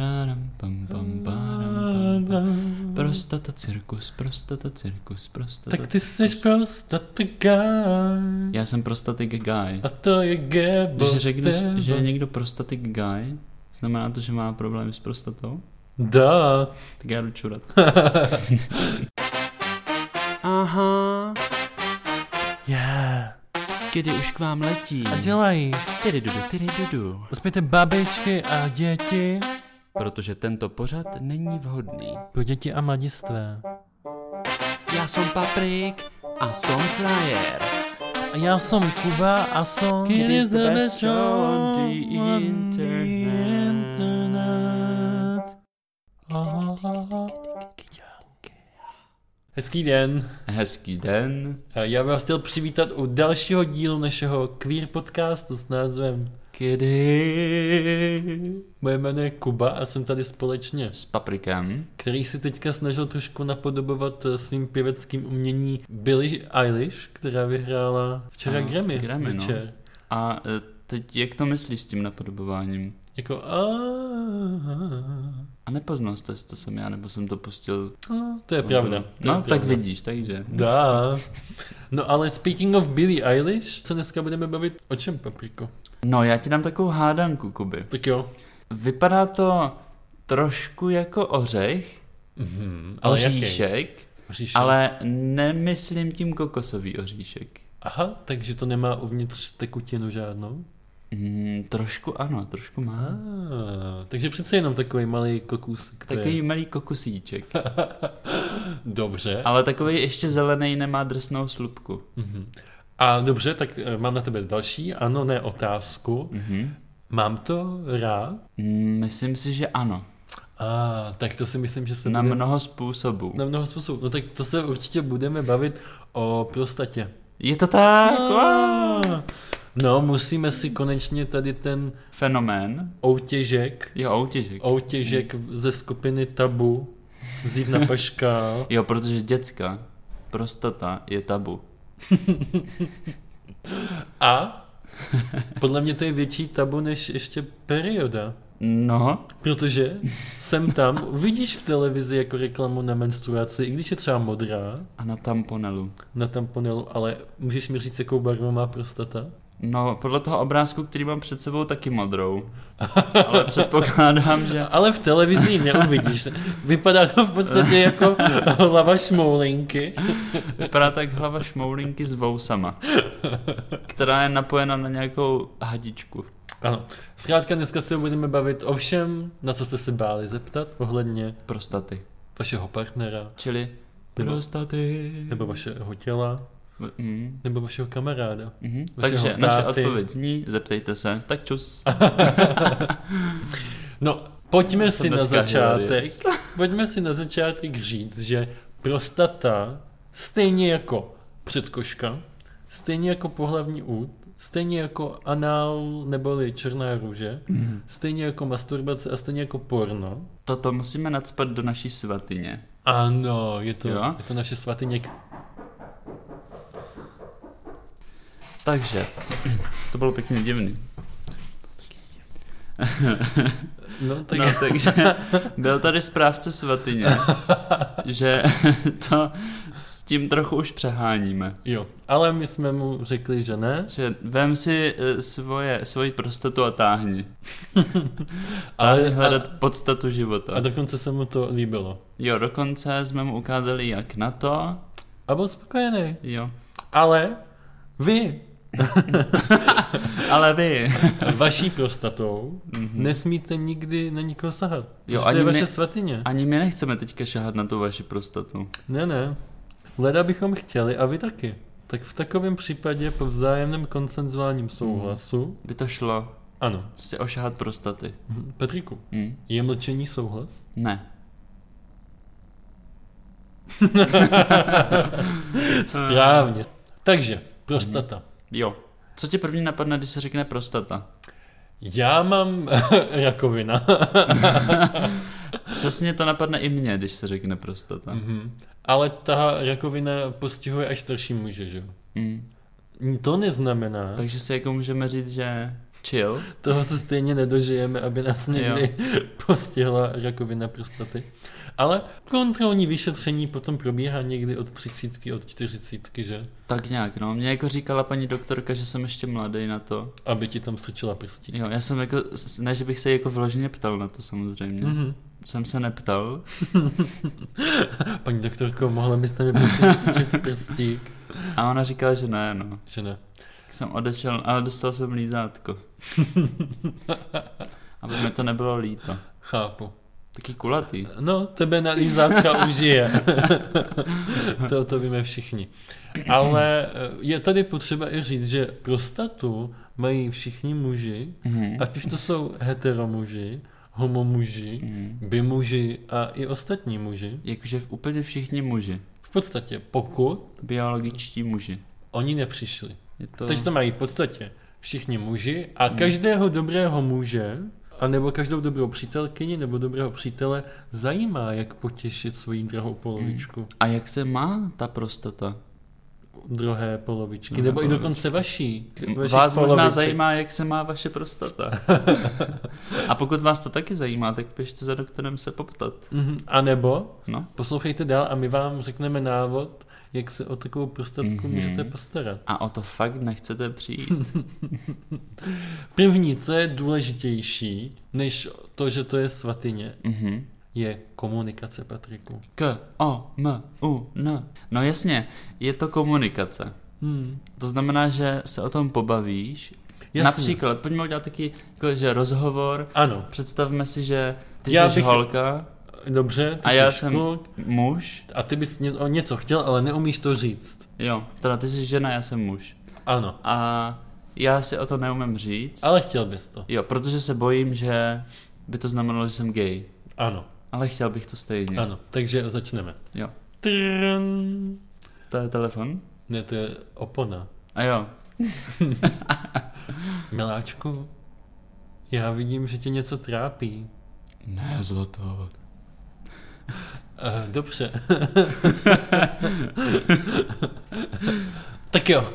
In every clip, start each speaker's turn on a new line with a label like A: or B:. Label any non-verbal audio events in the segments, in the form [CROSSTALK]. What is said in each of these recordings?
A: Ráram, pam, pam, páram,
B: Ah,
A: pam, pam. Prostata, cirkus, prostata, cirkus, prostata.
C: Tak ty jsi prostě the guy.
A: Já jsem prostatic guy.
C: A to je gebo.
A: Když řekneš, že je
C: tebo.
A: někdo prostatic guy, znamená to, že má problémy s prostatou?
C: Da.
A: Tak já jdu čurat.
B: [LAUGHS] Aha,
C: Yeah.
B: kdy už k vám letí.
C: A dělají.
B: Tyry dudu, tyry dudu.
C: Uspějte babičky a děti.
B: Protože tento pořad není vhodný.
C: Pro děti a mladistvé.
B: Já jsem Paprik a jsem Flyer.
C: A já jsem Kuba a jsem...
B: It is the best show on the internet.
C: Hezký den.
A: Hezký den.
C: Eh, Já bych vás chtěl přivítat u dalšího dílu našeho queer podcastu s názvem
A: Kdy?
C: Moje jméno je Kuba a jsem tady společně,
A: S paprikem.
C: který si teďka snažil trošku napodobovat eh, svým pěveckým umění Billie Eilish, která vyhrála včera
A: Ano,
C: Grammy,
A: Grammy, no.
C: večer.
A: A eh, teď jak to myslíš s tím napodobováním?
C: Jako a,
A: A nepoznal jste, jestli to jsem já, nebo jsem to pustil.
C: to je pravda. To
A: No,
C: je
A: tak
C: pravda.
A: vidíš, takže.
C: Da. No ale speaking of Billie Eilish, se dneska budeme bavit o čem, Papriko?
A: No, já ti dám takovou hádanku, Kuby.
C: Tak jo.
A: Vypadá to trošku jako ořech,
C: Mhm.
A: oříšek,
C: Oříšek.
A: ale nemyslím tím kokosový oříšek.
C: Aha, takže to nemá uvnitř tekutinu žádnou.
A: Mm, trošku ano, trošku
C: A,
A: má.
C: takže přece jenom takový malý kokousek. to
A: Takový
C: je.
A: malý
C: [LAUGHS]
A: kokosíček.
C: Dobře. A...
A: Ale takový ještě zelený nemá drsnou slupku.
C: Hm. a dobře, tak eh, mám na tebe další, ano, ne otázku.
A: Mhm.
C: Mám to rád?
A: Mm, Myslím si, že ano.
C: A, tak to si myslím, že se
A: Na
C: budeme-
A: mnoho způsobů.
C: na mnoho způsobů. No tak to se určitě budeme bavit o prostatě.
A: Je to tak? Wow.
C: No, musíme si konečně tady ten
A: Fenomén.
C: outěžek,
A: Jo, outěžek.
C: outěžek ze skupiny Tabu
A: [LAUGHS]
C: vzít na paškál.
A: Jo, protože děcka, prostata je tabu.
C: A [LAUGHS] podle mě to je větší tabu než ještě perioda.
A: No,
C: Protože jsem tam, uvidíš v televizi jako reklamu na menstruaci, i když je třeba modrá
A: a na tamponelu.
C: na tamponelu, ale můžeš mi říct, jakou barvu má prostata?
A: No, podle toho obrázku, který mám před sebou, taky modrou.
C: [LAUGHS]
A: Ale předpokládám, že...
C: No, Ale v televizi ji neuvidíš. Vypadá to v podstatě jako hlava šmoulinky.
A: Vypadá tak hlava šmoulinky s vousama, která je napojena na nějakou hadičku.
C: Ano. Zkrátka dneska se budeme bavit o všem, na co jste se báli zeptat ohledně
A: Prostaty.
C: vašeho partnera,
A: Čili
C: Nebo-
A: prostaty.
C: nebo vašeho těla,
A: Mm,
C: nebo vašeho kamaráda.
A: mhm.
C: Vašeho
A: Takže naše
C: táty.
A: odpověď zní, zeptejte se, tak čus.
C: No, pojďme
A: jsem
C: si na
A: dneska
C: začátek.
A: hilarious.
C: Pojďme si na začátek říct, že prostata, stejně jako předkoška, stejně jako pohlavní út, stejně jako anál neboli černá růže,
A: Mhm.
C: stejně jako masturbace a stejně jako porno.
A: Toto musíme nadspat do naší svatyně.
C: Ano, je to,
A: Jo?
C: je to naše svatyně. k-
A: Takže, to bylo pěkně divný.
C: No, tak...
A: No,
C: [LAUGHS]
A: takže byl tady správce svatyně, že [LAUGHS] to s tím trochu už přeháníme.
C: Jo, ale my jsme mu řekli, že ne.
A: Že vem si eh, svoje, svoji prostatu a táhni.
C: Ale
A: Ale hledat
C: a,
A: podstatu života.
C: a dokonce se mu to líbilo.
A: Jo, dokonce jsme mu ukázali, jak na to.
C: A byl spokojený.
A: Jo.
C: Ale vy
A: Ale
C: [LAUGHS]
A: vy.
C: vaší prostatou nesmíte nikdy na nikoho sahat. Mhm. Jo, to
A: ani
C: je
A: my-
C: vaše svatyně.
A: Ani my nechceme teďka šahat na tu vaši prostatu.
C: Ne, ne. Leda bychom chtěli a vy taky. Tak v takovém případě po vzájemném konsenzuálním souhlasu,
A: By to šlo
C: ano,
A: si ošahat prostaty.
C: Mhm. Patriku,
A: Hm?
C: je mlčení souhlas?
A: Ne.
C: Eh. Správně. Takže, prostata.
A: Eh, Jo. Co ti první napadne, když se řekne prostata?
C: Já mám [LAUGHS] rakovina.
A: Přesně to napadne i mě, když se řekne prostata.
C: Mhm. Ale ta rakovina postihuje až starší muže, že jo?
A: Mm.
C: To neznamená,
A: Takže si jako můžeme říct, že Chill.
C: Toho se stejně nedožijeme, aby nás někdy postihla rakovina prostaty. Ale kontrolní vyšetření potom probíhá někdy od 30, od 40, že?
A: Tak nějak, no. Mě jako říkala paní doktorka, že jsem ještě mladý na to.
C: Aby ti tam strčila prstí.
A: Jo, já jsem jako, s- ne, že bych se jako vyloženě ptal na to samozřejmě.
C: Mhm.
A: Jsem se neptal.
C: Paní doktorko, mohla byste mi prosím strčit prstík?
A: A ona říkala, že ne, no.
C: Že ne.
A: Tak jsem odešel, ale dostal jsem lízátko. Aby mi to nebylo líto.
C: Chápu.
A: Taky kulatý.
C: No, tebe na lízátka užije. [LAUGHS] to, to víme všichni. Ale eh, je tady potřeba i říct, že prostatu mají všichni muži,
A: Mhm.
C: ať už to jsou heteromuži, homomuži,
A: Mhm.
C: bimuži a i ostatní muži.
A: Jakože v- úplně všichni muži.
C: V podstatě, pokud
A: Biologičtí muži.
C: oni nepřišli.
A: Je to... Mhm.
C: Teď to mají v podstatě všichni muži a každého dobrého muže, anebo každou dobrou přítelkyni nebo dobrého přítele zajímá, jak potěšit svoji drahou polovičku.
A: A jak se má ta prostata? Mhm.
C: druhé polovičky,
A: Druhé
C: nebo i
A: polovičky.
C: dokonce vaší. k- vašich
A: Vás možná
C: poloviček.
A: zajímá, jak se má vaše [LAUGHS] prostata. A pokud vás to taky zajímá, tak běžte za doktorem se poptat.
C: Mhm. A nebo
A: No.
C: poslouchejte dál a my vám řekneme návod, jak se o takovou prostatku
A: Mhm.
C: můžete postarat.
A: A o to fakt nechcete [LAUGHS] přijít.
C: První, co je důležitější, než to, že to je svatyně,
A: Mhm.
C: je komunikace, Patriku.
A: K, O, M, U, N. No jasně, je to komunikace.
C: Hmm.
A: To znamená, že se o tom pobavíš. Jasně. Například, pojďme udělat taky jako, že rozhovor.
C: Ano,
A: Představme si, že ty
C: Já
A: jsi
C: bych-
A: holka,
C: dobře, ty
A: A
C: jsi
A: já jsem-
C: kluk
A: muž.
C: a ty bys ně- o něco chtěl, ale neumíš to říct.
A: Jo, teda ty jsi žena, já jsem muž.
C: Ano,
A: A já si o to neumím říct.
C: ale chtěl bys to.
A: Jo, protože se bojím, že by to znamenalo, že jsem gay.
C: Ano,
A: Ale chtěl bych to stejně.
C: ano, takže začneme.
A: Jo.
C: Trrn.
A: To je telefon?
C: Ne, to je opona.
A: A jo.
C: Miláčku, já vidím, že tě něco trápí.
A: Ne, zlato.
C: Uh, dobře. [LAUGHS] tak jo.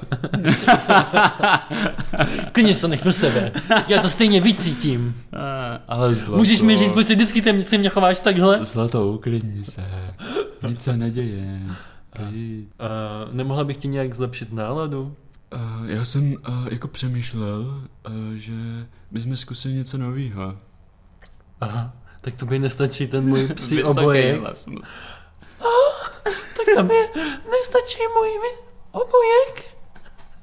C: [LAUGHS] Klidně se nech pro sebe. Já to stejně vycítím.
A: ale zlato.
C: Můžeš mi říct, proč se vždycky tem- se mě chováš takhle?
A: Zlato, uklidni se. Nic se neděje. Klid.
C: Uh, nemohla bych ti nějak zlepšit náladu?
A: Uh, já jsem uh, jako přemýšlel, uh, že bychom zkusili něco nového.
C: Aha, tak to by nestačí ten [LAUGHS] můj psí obojek. Tak to by nestačí můj vy- obojek.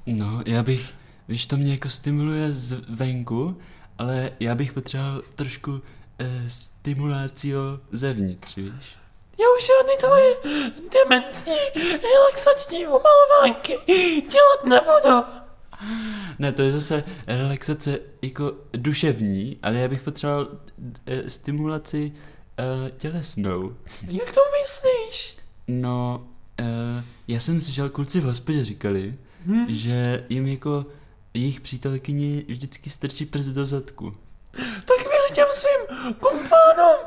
A: No, já bych, víš, to mě jako stimuluje zvenku, ale já bych potřeboval trošku eh, stimulácio zevnitř, víš?
C: Já už žádný tvoje dementní relaxační umalovánky dělat nebudu.
A: Ne, to je zase relaxace jako duševní, ale já bych potřeboval eh, stimulaci eh, tělesnou.
C: Jak to myslíš?
A: No, eh, já jsem slyšel, kluci v hospodě říkali,
C: Hm.
A: Hmm. že jim jako jejich přítelkyni vždycky strčí prst do zadku.
C: Tak věř těm svým kumpánům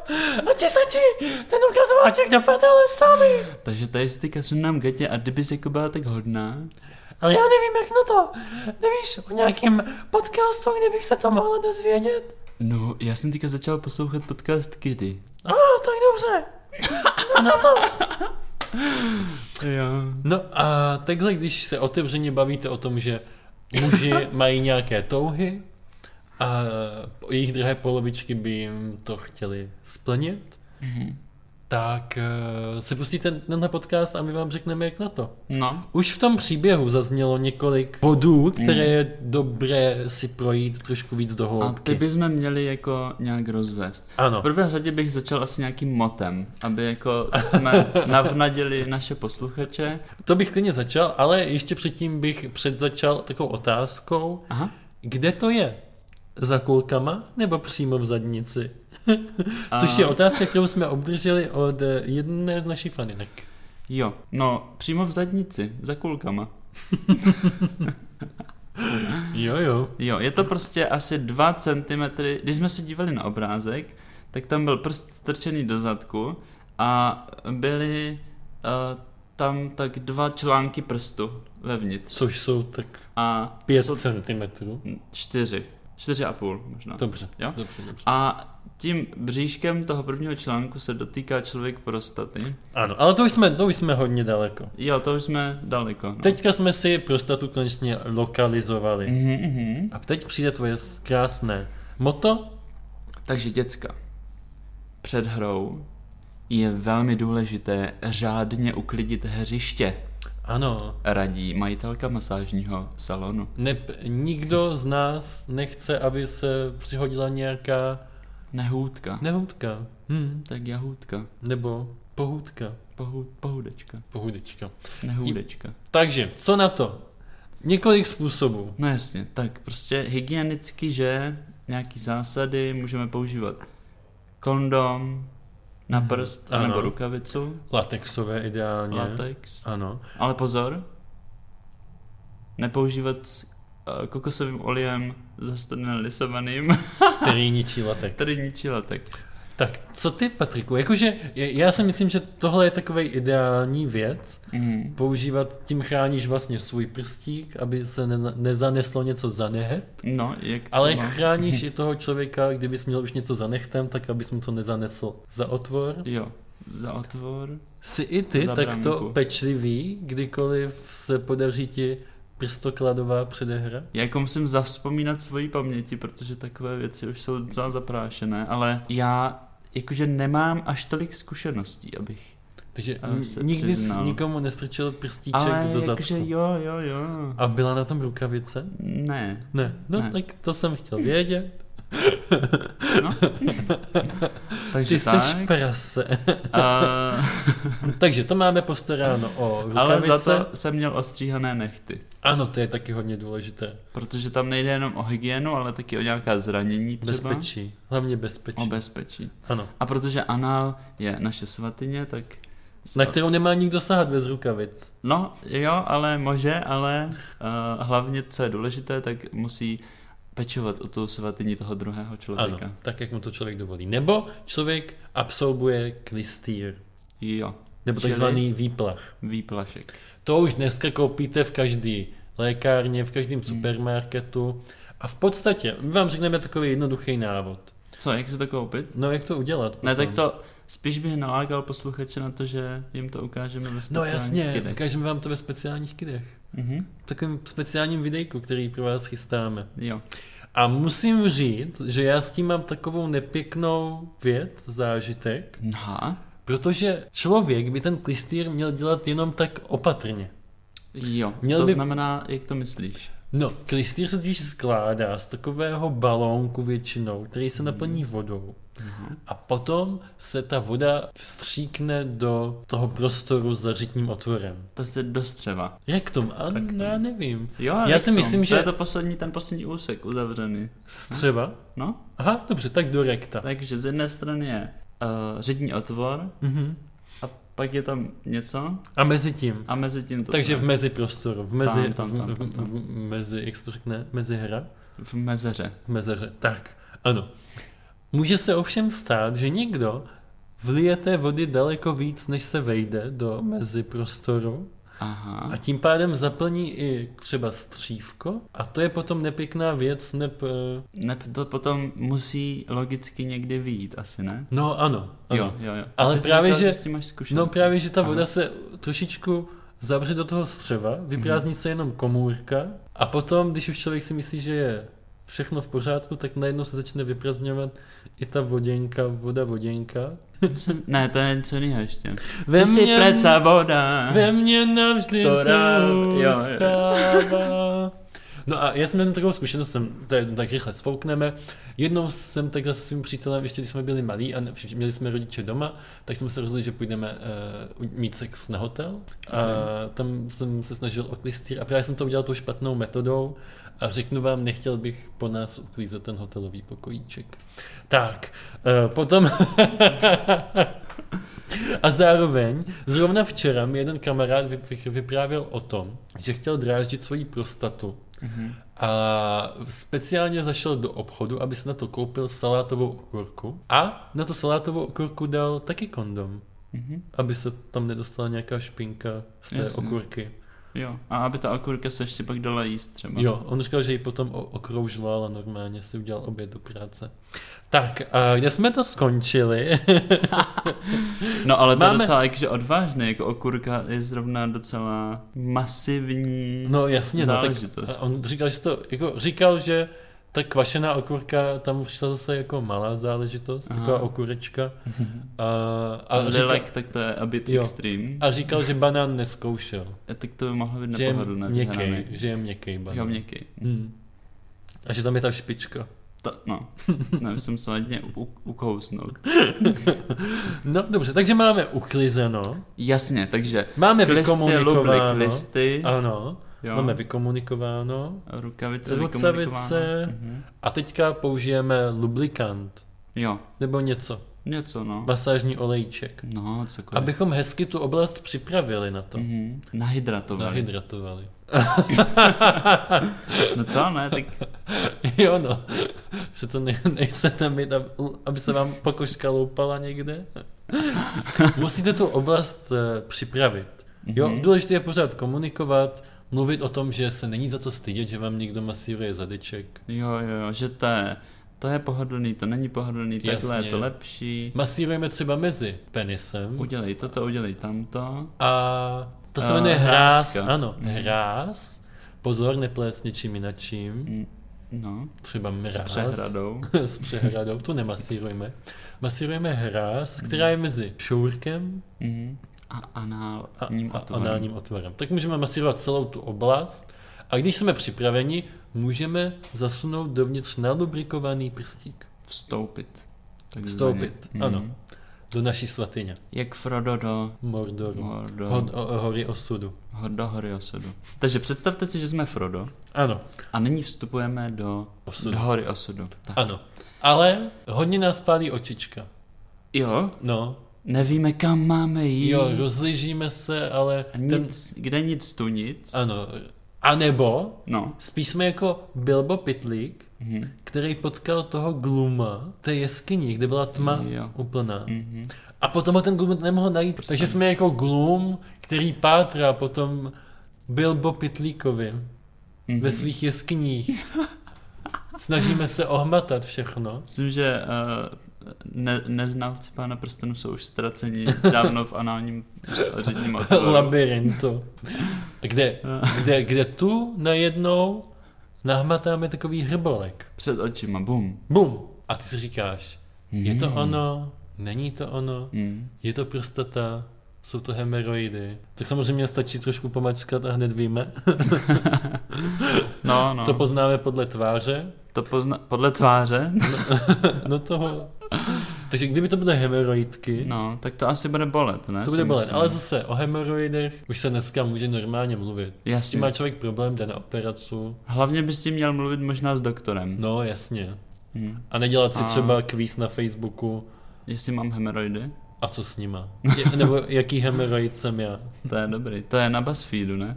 C: a ti se ti ten ukazováček do prdele sami.
A: Takže tady si teďka sundám gatě a kdybys jako byla tak hodná,
C: Ale já nevím jak na to. Nevíš o nějakém podcastu, kde bych se to mohla dozvědět?
A: No, já jsem teďka začal poslouchat podcast Kitty.
C: A, ah, tak dobře. No, na to.
A: Jo.
C: No a takhle, když se otevřeně bavíte o tom, že
A: [LAUGHS]
C: muži mají nějaké touhy a jejich drahé polovičky by jim to chtěli splnit, mm-hmm.
A: Mhm.
C: tak eh, si pustíte tenhle podcast a my vám řekneme, jak na to.
A: No.
C: Už v tom příběhu zaznělo několik bodů, které je dobré si projít trošku víc do
A: Mhm. A
C: hloubky.
A: ty bychom měli jako nějak rozvést.
C: Ano.
A: V prvé řadě bych začal asi nějakým motem, aby jako [LAUGHS] jsme navnadili naše posluchače.
C: To bych klidně začal, ale ještě předtím bych předzačal takovou otázkou,
A: Aha.
C: Kde to je? Za kulkama nebo přímo v zadnici? [LAUGHS] Což je otázka, kterou jsme obdrželi od eh, jedné z našich faninek.
A: Jo. No, přímo v zadnici, za kulkama.
C: Jo, jo.
A: Jo, je to prostě asi 2 cm. Když jsme se dívali na obrázek, tak tam byl prst strčený do zadku a byly uh, tam tak dva články prstu vevnitř.
C: Což jsou tak
A: A
C: 5
A: jsou
C: cm.
A: čtyři. 4,5 možná.
C: Dobře,
A: Jo?
C: dobře, dobře.
A: A tím bříškem toho prvního článku se dotýká člověk prostaty.
C: Ano, ale to už jsme, to už jsme hodně daleko.
A: Jo, to už jsme daleko. No.
C: Teďka jsme si prostatu konečně lokalizovali.
A: Mhm, mhm.
C: A teď přijde tvoje krásné moto.
A: Takže děcka, před hrou je velmi důležité řádně uklidit hřiště,
C: Ano,
A: radí majitelka masážního salonu.
C: ne, nikdo z nás nechce, aby se přihodila nějaká
A: Nehůdka, ne.
C: nehoutka. Hm,
A: tak jahůdka,
C: nebo pohůdka.
A: pohů, pohůdečka,
C: Pohůdečka.
A: nehůdečka.
C: Takže, co na to? Několik způsobů.
A: No jasně, tak prostě hygienicky, že nějaký zásady můžeme používat kondom na prst
C: Ano.
A: nebo rukavicu,
C: Latexové ideálně.
A: latex.
C: Ano.
A: Ale pozor, nepoužívat eh, kokosovým olejem zastavený [LAUGHS] lisovaným,
C: Který ničí latex.
A: který ničí latex.
C: Tak co ty, Patriku? Jakože je- já si myslím, že tohle je takový ideální věc.
A: Mm.
C: Používat, tím chráníš vlastně svůj prstík, aby se ne, nezaneslo něco za nehet,
A: No, jak
C: ale
A: třeba...
C: chráníš i toho člověka, kdybys měl už něco za nechtem, tak abys mu to nezanesl za otvor.
A: Jo, za otvor.
C: Jsi i ty
A: Za
C: takto
A: bránku.
C: pečlivý, kdykoliv se podaří ti prstokladová předehra?
A: Já jako musím zavzpomínat svoji paměti, protože takové věci už jsou docela zaprášené, ale já jakože nemám až tolik zkušeností, abych...
C: Takže
A: Ano,
C: n-
A: se
C: nikdy jsi
A: přiznal.
C: nikomu nestrčil prstíček
A: Ale
C: do zadku.
A: jakože jo, jo, jo.
C: A byla na tom rukavice?
A: Ne.
C: Ne, no
A: Ne.
C: tak to jsem chtěl vědět.
A: No.
C: Ty
A: Takže
C: jsi
A: tak. eh,
C: prase. [LAUGHS]
A: A...
C: Takže to máme postaráno o rukavice.
A: Ale za to jsem měl ostříhané nechty.
C: Ano, to je taky hodně důležité.
A: Protože tam nejde jenom o hygienu, ale taky o nějaká zranění třeba.
C: Bezpečí. Hlavně bezpečí.
A: O bezpečí.
C: Ano.
A: A protože anál je naše svatyně, tak...
C: Na kterou nemá nikdo sahat bez rukavic.
A: No, jo, ale može, ale uh, hlavně, co je důležité, tak musí pečovat o tu svatyni toho druhého
C: Ano,
A: člověka.
C: tak jak mu to člověk dovolí. Nebo člověk absolvuje klistýr.
A: Jo,
C: Nebo
A: Čili-
C: takzvaný výplach.
A: výplašek.
C: To už dneska koupíte v každý lékárně, v každém
A: Hmm.
C: supermarketu. A v podstatě, my vám řekneme takový jednoduchý návod.
A: Co, jak se to koupit?
C: No jak to udělat?
A: Ne,
C: potom?
A: tak to spíš bych nalákal posluchače na to, že jim to ukážeme ve
C: No
A: speciálních
C: jasně,
A: kidech.
C: ukážeme vám to ve speciálních kidech.
A: Mhm.
C: V takovém speciálním videjku, který pro vás chystáme.
A: Jo.
C: A musím říct, že já s tím mám takovou nepěknou věc, zážitek,
A: Aha.
C: protože člověk by ten klistýr měl dělat jenom tak opatrně.
A: Jo,
C: Měl
A: to
C: by-
A: znamená, jak to myslíš?
C: No, klistýr se totiž skládá z takového balónku většinou, který se naplní
A: Mhm.
C: vodou. A potom se ta voda vstříkne do toho prostoru s zařitním otvorem.
A: To se do střeva.
C: Rektum? A no, já nevím.
A: Jo,
C: já
A: ale
C: si
A: v tom,
C: myslím,
A: To
C: že
A: je to poslední, ten poslední úsek uzavřený.
C: střeva.
A: No,
C: Aha, dobře, tak do rekta.
A: takže z jedné strany je uh, řední otvor
C: Mhm.
A: a pak je tam něco
C: A mezi tím.
A: a mezi tím to
C: Takže
A: co?
C: v meziprostoru, v mezi,
A: Tam, tam, tam, tam, tam.
C: v- v- v- mezi, jak se to řekne, mezi hra,
A: v mezeře.
C: v mezeře, tak, ano. Může se ovšem stát, že někdo vlije té vody daleko víc, než se vejde do meziprostoru
A: Aha.
C: a tím pádem zaplní i třeba střívko a to je potom nepěkná věc, nep... eh,
A: Ne, to potom musí logicky někdy vyjít, asi ne?
C: No ano, ano.
A: Jo, jo, jo. A
C: Ale
A: ty jsi
C: právě,
A: říkal,
C: že-
A: s tím máš zkušenost.
C: No právě, že ta
A: Aha.
C: voda se trošičku zavře do toho střeva, vyprázdní se jenom komůrka a potom, když už člověk si myslí, že je všechno v pořádku, tak najednou se začne vyprazňovat i ta voděnka, voda voděnka.
A: Ne, to je něco jiného ještě.
C: Ve
A: Ty jsi
C: mně-
A: preca voda.
C: Ve mně navždy
A: To dám, jo, jo.
C: zůstává. No a já jsem měl takovou zkušenost, jsem, to je- tak rychle svoukneme. Jednou jsem takhle s svým přítelem, ještě když jsme byli malí a ne- měli jsme rodiče doma, tak jsme se rozhodli, že půjdeme uh, mít sex na hotel. A tam jsem se snažil o klistýr a právě jsem to udělal tou špatnou metodou. A řeknu vám, nechtěl bych po nás uklízet ten hotelový pokojíček. Tak, eh, potom... [LAUGHS] A zároveň, zrovna včera mi jeden kamarád vy- vy- vyprávěl o tom, že chtěl dráždit svoji prostatu
A: Mhm.
C: a speciálně zašel do obchodu, aby si na to koupil salátovou okurku a na tu salátovou okurku dal taky kondom,
A: Mhm.
C: aby se tam nedostala nějaká špinka z té
A: Jasně.
C: okurky.
A: Jo. A aby ta okurka se ještě pak dala jíst třeba.
C: Jo, on říkal, že ji potom o- okroužoval a normálně si udělal oběd do práce. Tak, a kde jsme to skončili? [LAUGHS]
A: No ale to Máme... je
C: Máme-
A: docela jakože odvážné, jako okurka je zrovna docela masivní.
C: No jasně, no, tak
A: Záležitost.
C: on říkal, že to, jako říkal, že ta kvašená okurka tam přišla zase jako malá záležitost,
A: Aha. [LAUGHS]
C: taková okurečka. A,
A: a
C: a, říkal,
A: Lilek, tak to je a bit
C: Jo.
A: extreme.
C: a říkal, že banán neskoušel.
A: A... Tak to by mohlo být
C: Že je
A: nepohodlné.
C: měkký, že je měkký banán.
A: Jo, měkký.
C: Hmm. A že tam je ta špička.
A: To,
C: [LAUGHS]
A: no, nevím, jsem se hodně u- ukousnout.
C: No dobře, takže máme uklizeno,
A: Jasně, takže
C: máme
A: klisty, lublik,
C: vykomunikováno.
A: listy,
C: Ano,
A: jo,
C: máme vykomunikováno.
A: rukavice,
C: rukavice.
A: vykomunikováno. Mhm.
C: A teďka použijeme lubrikant,
A: Jo,
C: nebo něco,
A: něco no.
C: masážní olejček.
A: No, cokoliv.
C: Abychom hezky tu oblast připravili na to.
A: Mhm. Nahydratovaný.
C: Nahydratovali.
A: No co, ne, tak
C: [LAUGHS] Jo no, přece ne, nechcete mít, ab- aby se vám pokožka
A: [LAUGHS]
C: loupala někde. Musíte tu oblast eh, připravit. Jo,
A: Mhm.
C: důležité je pořád komunikovat, mluvit o tom, že se není za to stydět, že vám někdo masíruje zadeček.
A: jo, jo, jo, že to je, to je pohodlný, to není pohodlný, takhle je
C: Jasně.
A: to lepší.
C: Masírujeme třeba mezi penisem
A: Udělej toto, udělej tamto.
C: a to se
A: A
C: jmenuje hráz.
A: hráska.
C: Ano,
A: Mhm.
C: hráz. Pozor, neplést něčím jinačím.
A: No,
C: Třeba
A: s
C: mráz.
A: přehradou.
C: [LAUGHS] s přehradou, tu nemasírujeme. Masírujeme hráz, která je mezi šourkem
A: Mhm. A anál,
C: a,
A: ním
C: a
A: otvorem.
C: análním otvorem. Tak můžeme masírovat celou tu oblast a když jsme připraveni, můžeme zasunout dovnitř nalubrikovaný prstík
A: Vstoupit. takzvaně.
C: Vstoupit,
A: Mhm.
C: ano. do naší svatyně.
A: Jak Frodo do,
C: Mordoru.
A: Mordoru.
C: Hod, o, o, hory osudu.
A: ho- do hory osudu. Takže představte si, že jsme Frodo
C: Ano,
A: a nyní vstupujeme do,
C: Osudu.
A: do hory osudu. Tak.
C: ano. Ale hodně nás pálí očička.
A: Jo,
C: No,
A: nevíme kam máme jít.
C: jo, rozližíme se, ale
A: A
C: ten...
A: nic, kde nic, tu nic.
C: Ano. A nebo
A: No.
C: Spíš jsme jako Bilbo Pitlík,
A: Mhm.
C: který potkal toho Gluma, té jeskyni, kde byla tma
A: Jo.
C: úplná.
A: Mhm.
C: A potom ho ten Glum nemohl najít. Takže jsme jako Glum, který pátrá potom Bilbo Pitlíkovi
A: Mhm.
C: ve svých jeskyních.
A: [LAUGHS]
C: Snažíme se ohmatat všechno.
A: Myslím, že uh, ne, neznalci pána prstenu jsou už ztraceni [LAUGHS] dávno v análním ředním otvoru.
C: Labirintu.
A: [LAUGHS]
C: Kde, kde, kde tu najednou nahmatáme takový hrbolek.
A: Před očima, bum.
C: Bum! A ty si říkáš, je to
A: Mm.
C: ono, není to ono,
A: Mm.
C: Je to prostata, jsou to hemeroidy. Tak samozřejmě stačí trošku pomačkat a hned víme. [LAUGHS]
A: No, no.
C: To poznáme podle tváře.
A: to pozna- podle tváře.
C: No toho. Takže kdyby to byly hemeroidky,
A: No, tak to asi bude bolet, ne?
C: to
A: si
C: bude bolet.
A: myslím. no.
C: Ale zase o hemeroidech už se dneska může normálně mluvit. S tím
A: Jasně.
C: má člověk problém, jde na operaci.
A: Hlavně bys tím měl mluvit možná s doktorem.
C: No jasně.
A: Hm.
C: A nedělat si
A: A-
C: třeba kvíz na Facebooku
A: Jestli mám hemeroidy,
C: a co s nima. Je, nebo jaký hemeroid jsem já. [LAUGHS]
A: to je dobrý. To je na BuzzFeedu, ne?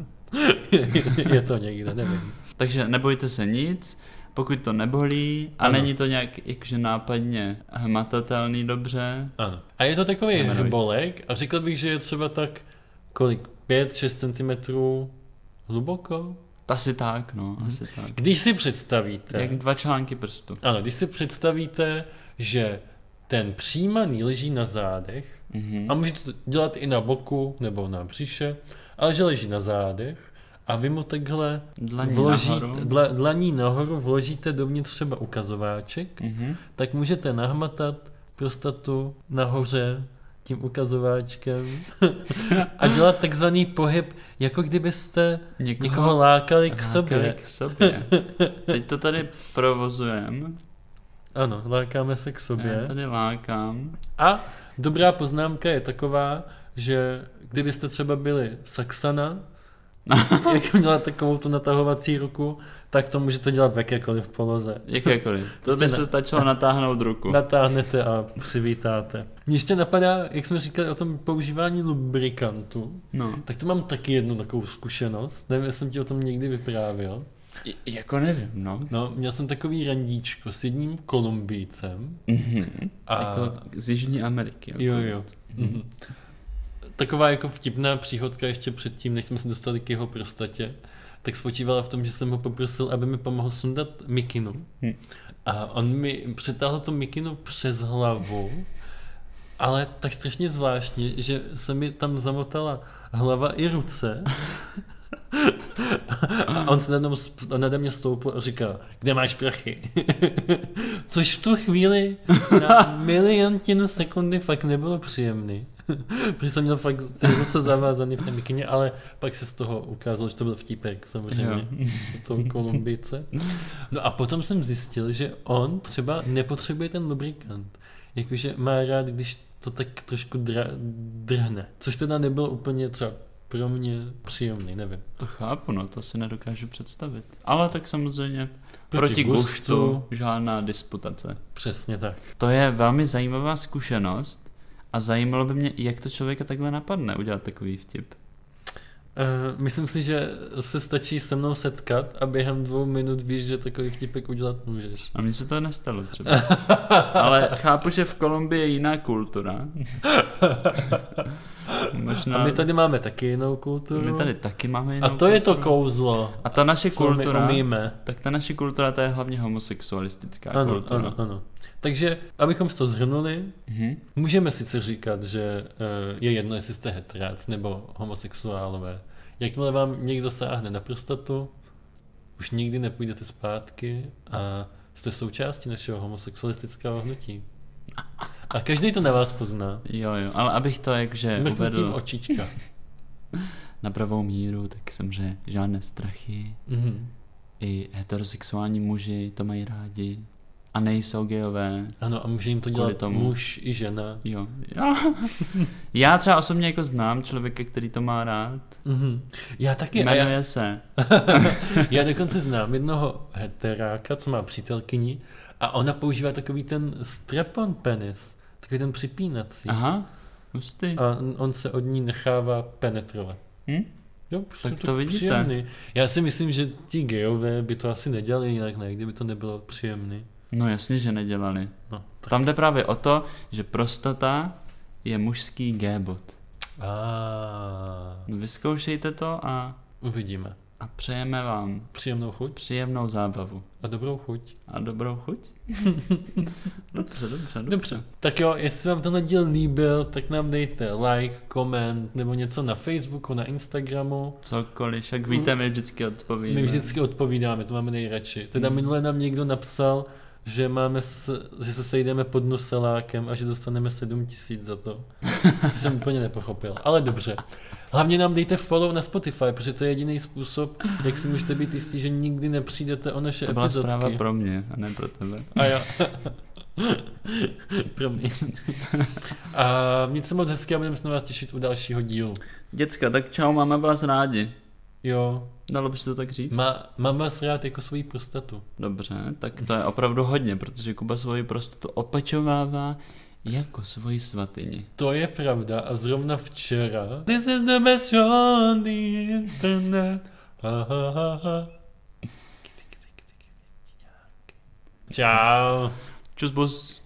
C: Je to někde, nevím.
A: Takže nebojte se nic, pokud to nebolí a
C: Ano.
A: není to nějak jakože nápadně hmatatelný dobře.
C: Ano. A je to takový
A: Hemeroid.
C: hrbolek a řekl bych, že je třeba tak kolik? 5-6 cm hluboko?
A: Asi tak, no,
C: Mhm.
A: asi tak.
C: Když si představíte,
A: Jak dva články prstu.
C: ano, když si představíte, že ten přijímaný leží na zádech
A: Mhm.
C: a můžete to dělat i na boku nebo na břiše, ale že leží na zádech a vy mu takhle
A: Dlaní
C: vložíte,
A: nahoru.
C: Dla, dlaní nahoru vložíte dovnitř třeba ukazováček,
A: Mhm.
C: tak můžete nahmatat prostatu nahoře tím
A: [LAUGHS]
C: ukazováčkem a dělat takzvaný pohyb, jako kdybyste
A: Někoho,
C: někoho lákali k
A: lákali
C: sobě.
A: k sobě. Teď to tady provozujem.
C: Ano, lákáme se k
A: Já
C: sobě.
A: tady lákám.
C: A dobrá poznámka je taková, že kdybyste třeba byli
A: [LAUGHS]
C: Saxana, jak měla takovou tu natahovací ruku, tak to můžete dělat v jakékoliv poloze.
A: [LAUGHS] Jakékoliv. To
C: Prostě
A: by
C: ne-
A: se stačilo natáhnout ruku.
C: Natáhnete a přivítáte. Mně ještě napadá, jak jsme říkali o tom používání lubrikantu,
A: No.
C: Tak to mám taky jednu takovou zkušenost, nevím, jestli jsem ti o tom někdy vyprávěl.
A: J- jako nevím, no.
C: No, měl jsem takový randíčko s jedním kolumbijcem
A: Mhm.
C: a...
A: Jako z Jižní Ameriky.
C: Jo, jo. Mhm. Taková jako vtipná příhodka ještě předtím, než jsme se dostali k jeho prostatě, tak spočívala v tom, že jsem ho poprosil, aby mi pomohl sundat mikinu.
A: Hm.
C: A on mi přetáhl tu mikinu přes hlavu, ale tak strašně zvláštně, že se mi tam zamotala hlava i ruce. A on se nade mnou sp- nade mě stoupil a říkal, kde máš prachy? [LAUGHS] Což v tu chvíli na miliontinu sekundy fakt nebylo příjemný. [LAUGHS] Protože jsem měl fakt ty ruce zavázaný v té mikině, ale pak se z toho ukázalo, že to byl vtipek samozřejmě.
A: Jo.
C: O tom Kolumbijce. No a potom jsem zjistil, že on třeba nepotřebuje ten lubrikant. Jakože má rád, když to tak trošku dra- drhne. Což teda nebylo úplně třeba pro mě příjemný, nevím.
A: To chápu, no, to si nedokážu představit. Ale tak samozřejmě proti,
C: Proti
A: guštu
C: gustu.
A: žádná disputace.
C: Přesně tak.
A: To je velmi zajímavá zkušenost a zajímalo by mě, jak to člověka takhle napadne udělat takový vtip.
C: Eh, myslím si, že se stačí se mnou setkat a během dvou minut víš, že takový vtipek udělat můžeš.
A: A mně se to nestalo třeba. Ale chápu, že v Kolumbii je jiná
C: [LAUGHS]
A: kultura. Možná
C: A my tady máme taky jinou kulturu.
A: No. my tady taky máme jinou
C: a to je to
A: kulturu.
C: kouzlo,
A: A ta naše
C: co my
A: kultura,
C: umíme.
A: tak ta naše kultura, ta je hlavně homosexualistická
C: Ano,
A: kultura.
C: ano, ano. Takže, abychom si to zhrnuli,
A: no. Mhm.
C: můžeme sice říkat, že eh, je jedno, jestli jste heterác nebo homosexuálové. Jakmile vám někdo sáhne na prostatu, už nikdy nepůjdete zpátky a jste součástí našeho homosexualistického hnutí. A každý to na vás pozná.
A: Jo, jo, ale abych to jakže
C: Mrknutím
A: uvedl
C: očička.
A: na pravou míru, tak samozřejmě žádné strachy.
C: Mhm.
A: I heterosexuální muži to mají rádi. A nejsou gejové.
C: Ano, a může jim to
A: Kvůli
C: dělat
A: tomu.
C: muž i žena.
A: Jo. Já, já třeba osobně jako znám člověka, který to má rád.
C: Mhm. Já taky. A já,
A: Jmenuje se.
C: já dokonce znám jednoho heteráka, co má přítelkyni a ona používá takový ten strapon penis, takový ten připínací.
A: Aha, hustý.
C: A on- on se od ní nechává penetrovat.
A: Hm?
C: Jo, prostě
A: Tak to vidíte.
C: Příjemný. Já si myslím, že ti gejové by to asi nedělali jinak, ne? Kdyby to nebylo příjemný.
A: No jasně, že nedělali.
C: No, tak.
A: Tam jde právě o to, že prostata je mužský G-bod.
C: A
A: No, Vyzkoušejte to a,
C: uvidíme.
A: a přejeme vám
C: Příjemnou chuť
A: příjemnou zábavu.
C: a dobrou chuť.
A: A dobrou [LAUGHS] chuť? dobře, dobře,
C: Dobře. Tak jo, jestli se vám tenhle díl líbil, tak nám dejte like, koment nebo něco na Facebooku, na Instagramu.
A: Cokoliv, však víte, Hmm. my vždycky odpovíme.
C: My vždycky odpovídáme, to máme nejradši. Teda
A: Hmm.
C: minule nám někdo napsal, že, máme s, že se sejdeme pod nuselákem a že dostaneme 7 tisíc
A: [LAUGHS]
C: za to. To jsem úplně nepochopil, ale dobře. Hlavně nám dejte follow na Spotify, protože to je jediný způsob, jak si můžete být jistí, že nikdy nepřijdete o naše
A: To byla
C: epizodky.
A: zpráva pro mě, a ne pro tebe.
C: A jo. [LAUGHS] Promiň. A mějte se moc hezky a budeme se na vás těšit u dalšího dílu.
A: Děcka, tak čau, máme vás rádi.
C: Jo.
A: Dalo by se to tak říct?
C: Má, mám vás rád jako svoji prostatu.
A: Dobře, tak to je opravdu hodně, protože Kuba svoji prostatu opečovává jako svoji svatyni.
C: To je pravda a zrovna včera. This is the best show on the internet. Ha, ha, ha, ha. Čau.
A: Čus bus.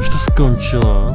C: Už to skončilo.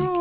A: diky.